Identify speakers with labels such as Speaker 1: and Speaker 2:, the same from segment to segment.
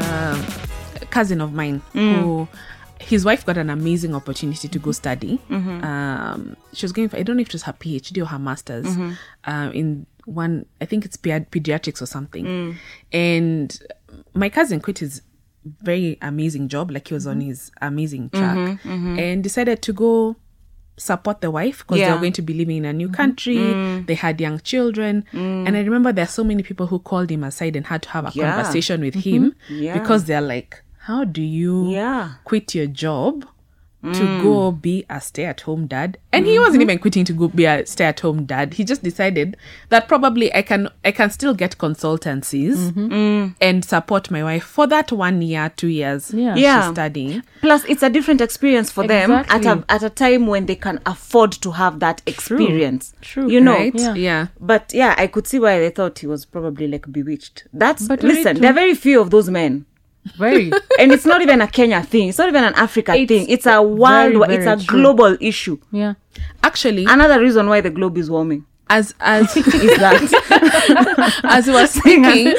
Speaker 1: um, a cousin of mine
Speaker 2: Mm.
Speaker 1: who his wife got an amazing opportunity to go study.
Speaker 2: Mm-hmm.
Speaker 1: Um, she was going for I don't know if it was her PhD or her master's
Speaker 2: Mm-hmm.
Speaker 1: um, in one I think it's pedi- pediatrics or something.
Speaker 2: Mm.
Speaker 1: And my cousin quit his very amazing job, like he was on his
Speaker 2: Mm-hmm.
Speaker 1: amazing track, and decided to go support the wife because they
Speaker 2: Yeah. Mm-hmm. Mm.
Speaker 1: were going to be living in a new country. They had young children. And I remember there are so many people who called him aside and had to have a
Speaker 2: Yeah.
Speaker 1: conversation with him
Speaker 2: Yeah.
Speaker 1: because they're like, how do you
Speaker 2: Yeah.
Speaker 1: quit your job to go be a stay at home dad? And he wasn't even quitting to go be a stay at home dad. He just decided that probably I can I can still get consultancies and support my wife for that one year, two years
Speaker 3: Yeah.
Speaker 1: she's
Speaker 2: Yeah.
Speaker 1: studying.
Speaker 2: Plus, it's a different experience for them
Speaker 3: Exactly.
Speaker 2: at a, at a time when they can afford to have that experience.
Speaker 3: True.
Speaker 2: You know?
Speaker 1: Right?
Speaker 3: Yeah.
Speaker 1: yeah.
Speaker 2: But yeah, I could see why they thought he was probably like bewitched. That's
Speaker 3: But really
Speaker 2: listen.
Speaker 3: too-
Speaker 2: There are very few of those men,
Speaker 3: Very.
Speaker 2: and it's not even a Kenya thing. It's not even an Africa
Speaker 3: It's
Speaker 2: thing. It's a world.
Speaker 3: very,
Speaker 2: it's
Speaker 3: very
Speaker 2: a
Speaker 3: true.
Speaker 2: global issue.
Speaker 3: yeah.
Speaker 1: Actually,
Speaker 2: Another reason why the globe is warming.
Speaker 1: as as is that as you were speaking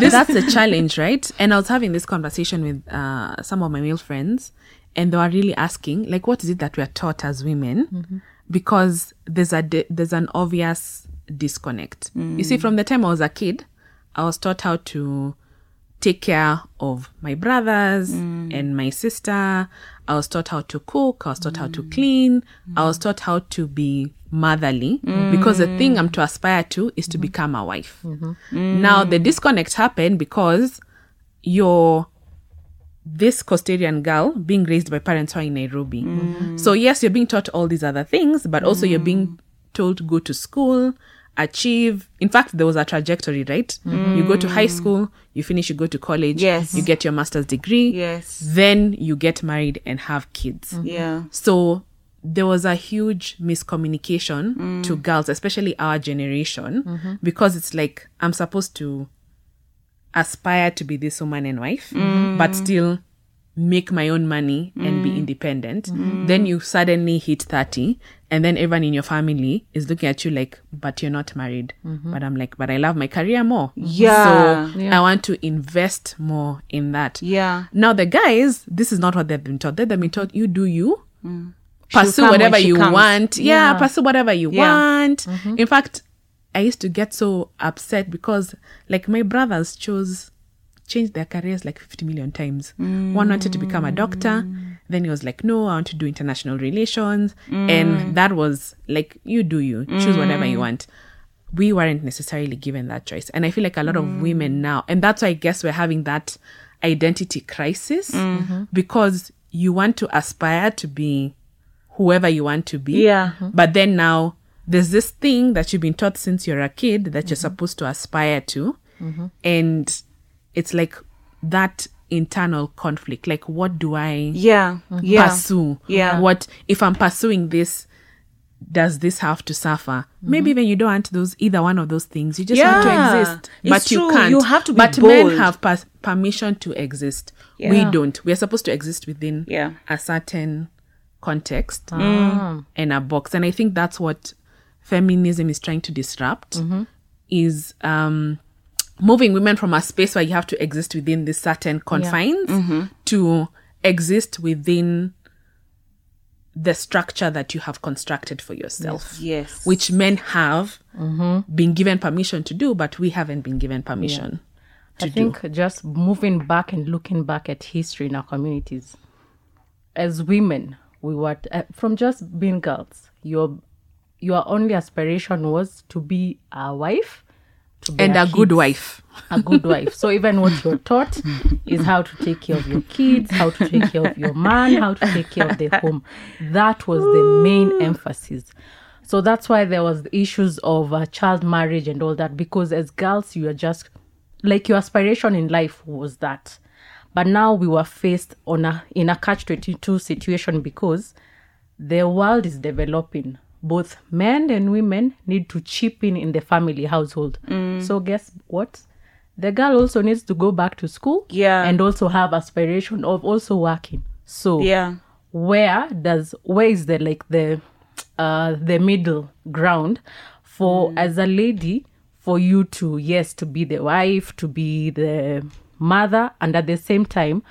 Speaker 1: that's a challenge right and i was having this conversation with uh, some of my male friends and they were really asking like what is it that we are taught as women because there's a di- there's an obvious disconnect you see from the time i was a kid i was taught how to take care of my brothers and my sister. I was taught how to cook. I was taught how to clean. I was taught how to be motherly because the thing I'm to aspire to is to become a wife. Now, the disconnect happened because you're this Costarian girl being raised by parents who are in Nairobi. So, yes, you're being taught all these other things, but also you're being told go to school, achieve. In fact, there was a trajectory, right? You go to high school, you finish, you go to college,
Speaker 2: Mm. Yes.
Speaker 1: you get your master's degree,
Speaker 2: Yes.
Speaker 1: then you get married and have kids.
Speaker 2: Yeah.
Speaker 1: So there was a huge miscommunication to
Speaker 2: Mm.
Speaker 1: girls, especially our generation,
Speaker 2: Mm-hmm.
Speaker 1: because it's like I'm supposed to aspire to be this woman and wife,
Speaker 2: Mm.
Speaker 1: but still make my own money and be independent.
Speaker 2: Mm.
Speaker 1: Then you suddenly hit 30, and then everyone in your family is looking at you like, but you're not married. But I'm like, but I love my career more.
Speaker 2: Mm-hmm. Yeah.
Speaker 1: So I want to invest more in that.
Speaker 2: Yeah.
Speaker 1: Now the guys, this is not what they've been taught. They've been taught you do you. Pursue
Speaker 2: Mm. come
Speaker 1: whatever
Speaker 2: when she
Speaker 1: you
Speaker 2: comes.
Speaker 1: want. Yeah,
Speaker 3: Yeah.
Speaker 1: pursue whatever you
Speaker 2: Yeah.
Speaker 1: want. In fact, I used to get so upset because like my brothers chose changed their careers like 50 million times. One wanted to become a doctor, then he was like, "No, I want to do international relations." And that was like you do you. Choose whatever you want. We weren't necessarily given that choice. And I feel like a lot of women now, and that's why I guess we're having that identity crisis because you want to aspire to be whoever you want to be.
Speaker 2: Yeah.
Speaker 1: Mm-hmm. But then now there's this thing that you've been taught since you're a kid that you're
Speaker 2: Mm-hmm.
Speaker 1: supposed to aspire to. And it's like that internal conflict. Like, what do I
Speaker 2: Yeah. Yeah.
Speaker 1: pursue?
Speaker 2: Yeah.
Speaker 1: What, if I'm pursuing this, does this have to suffer? Maybe even you don't want those, either one of those things. You just want
Speaker 2: Mm-hmm. Yeah.
Speaker 1: to exist.
Speaker 2: It's
Speaker 1: but you
Speaker 2: true.
Speaker 1: can't.
Speaker 2: You have to be
Speaker 1: But
Speaker 2: bold.
Speaker 1: men have per- permission to exist. We don't. We are supposed to exist within
Speaker 2: Yeah.
Speaker 1: a certain context
Speaker 3: Ah.
Speaker 1: in a box and i think that's what feminism is trying to disrupt
Speaker 3: Mm-hmm.
Speaker 1: is um moving women from a space where you have to exist within these certain confines
Speaker 3: Mm-hmm.
Speaker 1: to exist within the structure that you have constructed for yourself
Speaker 2: Yes.
Speaker 1: which men have
Speaker 3: Mm-hmm.
Speaker 1: been given permission to do but we haven't been given permission
Speaker 3: I think just moving back and looking back at history in our communities. As women, we were uh, from just being girls. Your your only aspiration was to be a wife, to
Speaker 1: and
Speaker 3: bear
Speaker 1: a good
Speaker 3: kids,
Speaker 1: wife
Speaker 3: a good wife. So even what you're taught is how to take care of your kids, how to take care of your man, how to take care of the home. That was the main emphasis. So that's why there was the issues of uh, child marriage and all that because as girls you are just like your aspiration in life was that. But now we were faced on a in a catch 22 situation because the world is developing. Both men and women need to chip in in the family household. So guess what? The girl also needs to go back to school.
Speaker 2: Yeah.
Speaker 3: And also have aspiration of also working. So
Speaker 2: Yeah.
Speaker 3: where does where is the like the uh, the middle ground for
Speaker 2: Mm.
Speaker 3: as a lady for you to yes to be the wife to be the mother and at the same time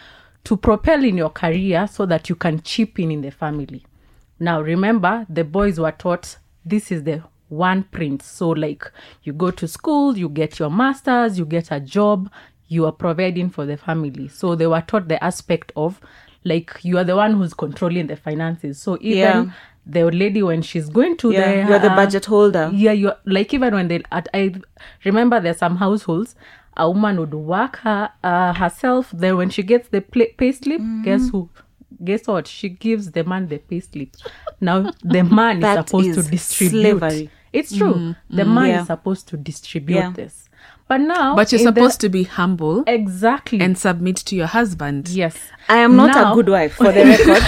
Speaker 3: to propel in your career so that you can chip in in the family now remember the boys were taught this is the one prince so like you go to school you get your masters you get a job you are providing for the family so they were taught the aspect of like you are the one who's controlling the finances so even
Speaker 2: Yeah.
Speaker 3: the lady when she's going to
Speaker 2: Yeah,
Speaker 3: the
Speaker 2: you're the
Speaker 3: uh,
Speaker 2: budget holder.
Speaker 3: yeah you like even when they at, i remember there's some households a woman would work her uh, herself then when she gets the pla pay slip
Speaker 2: Mm.
Speaker 3: guess who guess what she gives the man the pay slip now the man is
Speaker 2: That
Speaker 3: supposed to
Speaker 2: is
Speaker 3: distribute
Speaker 2: slavery. Mm-hmm.
Speaker 3: it's true the man
Speaker 2: Yeah.
Speaker 3: is supposed to distribute
Speaker 2: Yeah.
Speaker 3: this but now
Speaker 1: But you're
Speaker 3: in the-
Speaker 1: supposed to be humble
Speaker 3: exactly
Speaker 1: and submit to your husband.
Speaker 3: yes
Speaker 2: I am not
Speaker 3: Now-
Speaker 2: a good wife, for the record,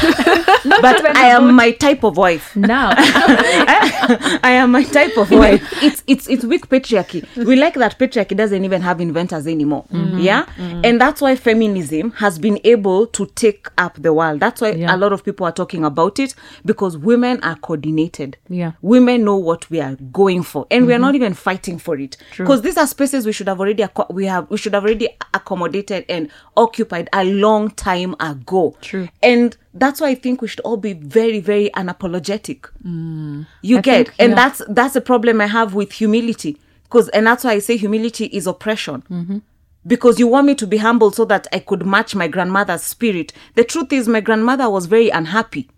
Speaker 2: but I am my type of wife.
Speaker 3: now
Speaker 2: I am my type of wife. It's it's it's weak patriarchy. We like that patriarchy doesn't even have inventors anymore.
Speaker 3: Mm-hmm.
Speaker 2: Yeah, and that's why feminism has been able to take up the world. That's why
Speaker 3: Yeah.
Speaker 2: a lot of people are talking about it because women are coordinated.
Speaker 3: Yeah. Mm-hmm.
Speaker 2: women know what we are going for, and we are not even fighting for it. Because these are spaces we should have already acco- we have we should have already accommodated and occupied a long time ago.
Speaker 3: True.
Speaker 2: and that's why I think we should all be very very unapologetic. You
Speaker 3: Mm. I
Speaker 2: get,
Speaker 3: think,
Speaker 2: and
Speaker 3: yeah.
Speaker 2: that's that's a problem I have with humility, because and that's why I say humility is oppression.
Speaker 3: Mm-hmm.
Speaker 2: Because you want me to be humble so that I could match my grandmother's spirit. The truth is, my grandmother was very unhappy.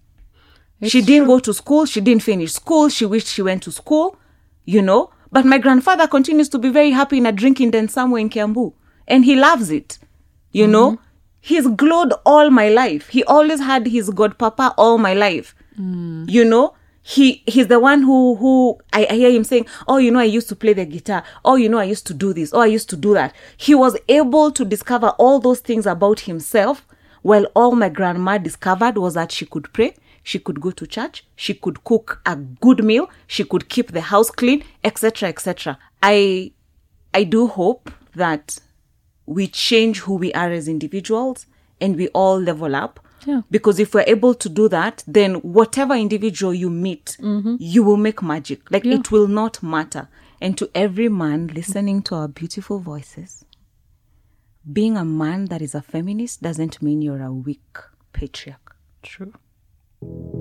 Speaker 2: she didn't go to school. She didn't finish school. She wished she went to school, you know. But my grandfather continues to be very happy in a drinking den somewhere in Kiambu, and he loves it, you know. He's glowed all my life. He always had his godpapa all my life you know he he's the one who who I, I hear him saying oh you know i used to play the guitar oh you know i used to do this oh i used to do that he was able to discover all those things about himself well all my grandma discovered was that she could pray she could go to church she could cook a good meal she could keep the house clean etc etc i i do hope that we change who we are as individuals and we all level up.
Speaker 3: Yeah.
Speaker 2: Because if we're able to do that, then whatever individual you meet, you will make magic. Like it will not matter. And to every man listening to our beautiful voices, being a man that is a feminist doesn't mean you're a weak patriarch.
Speaker 3: true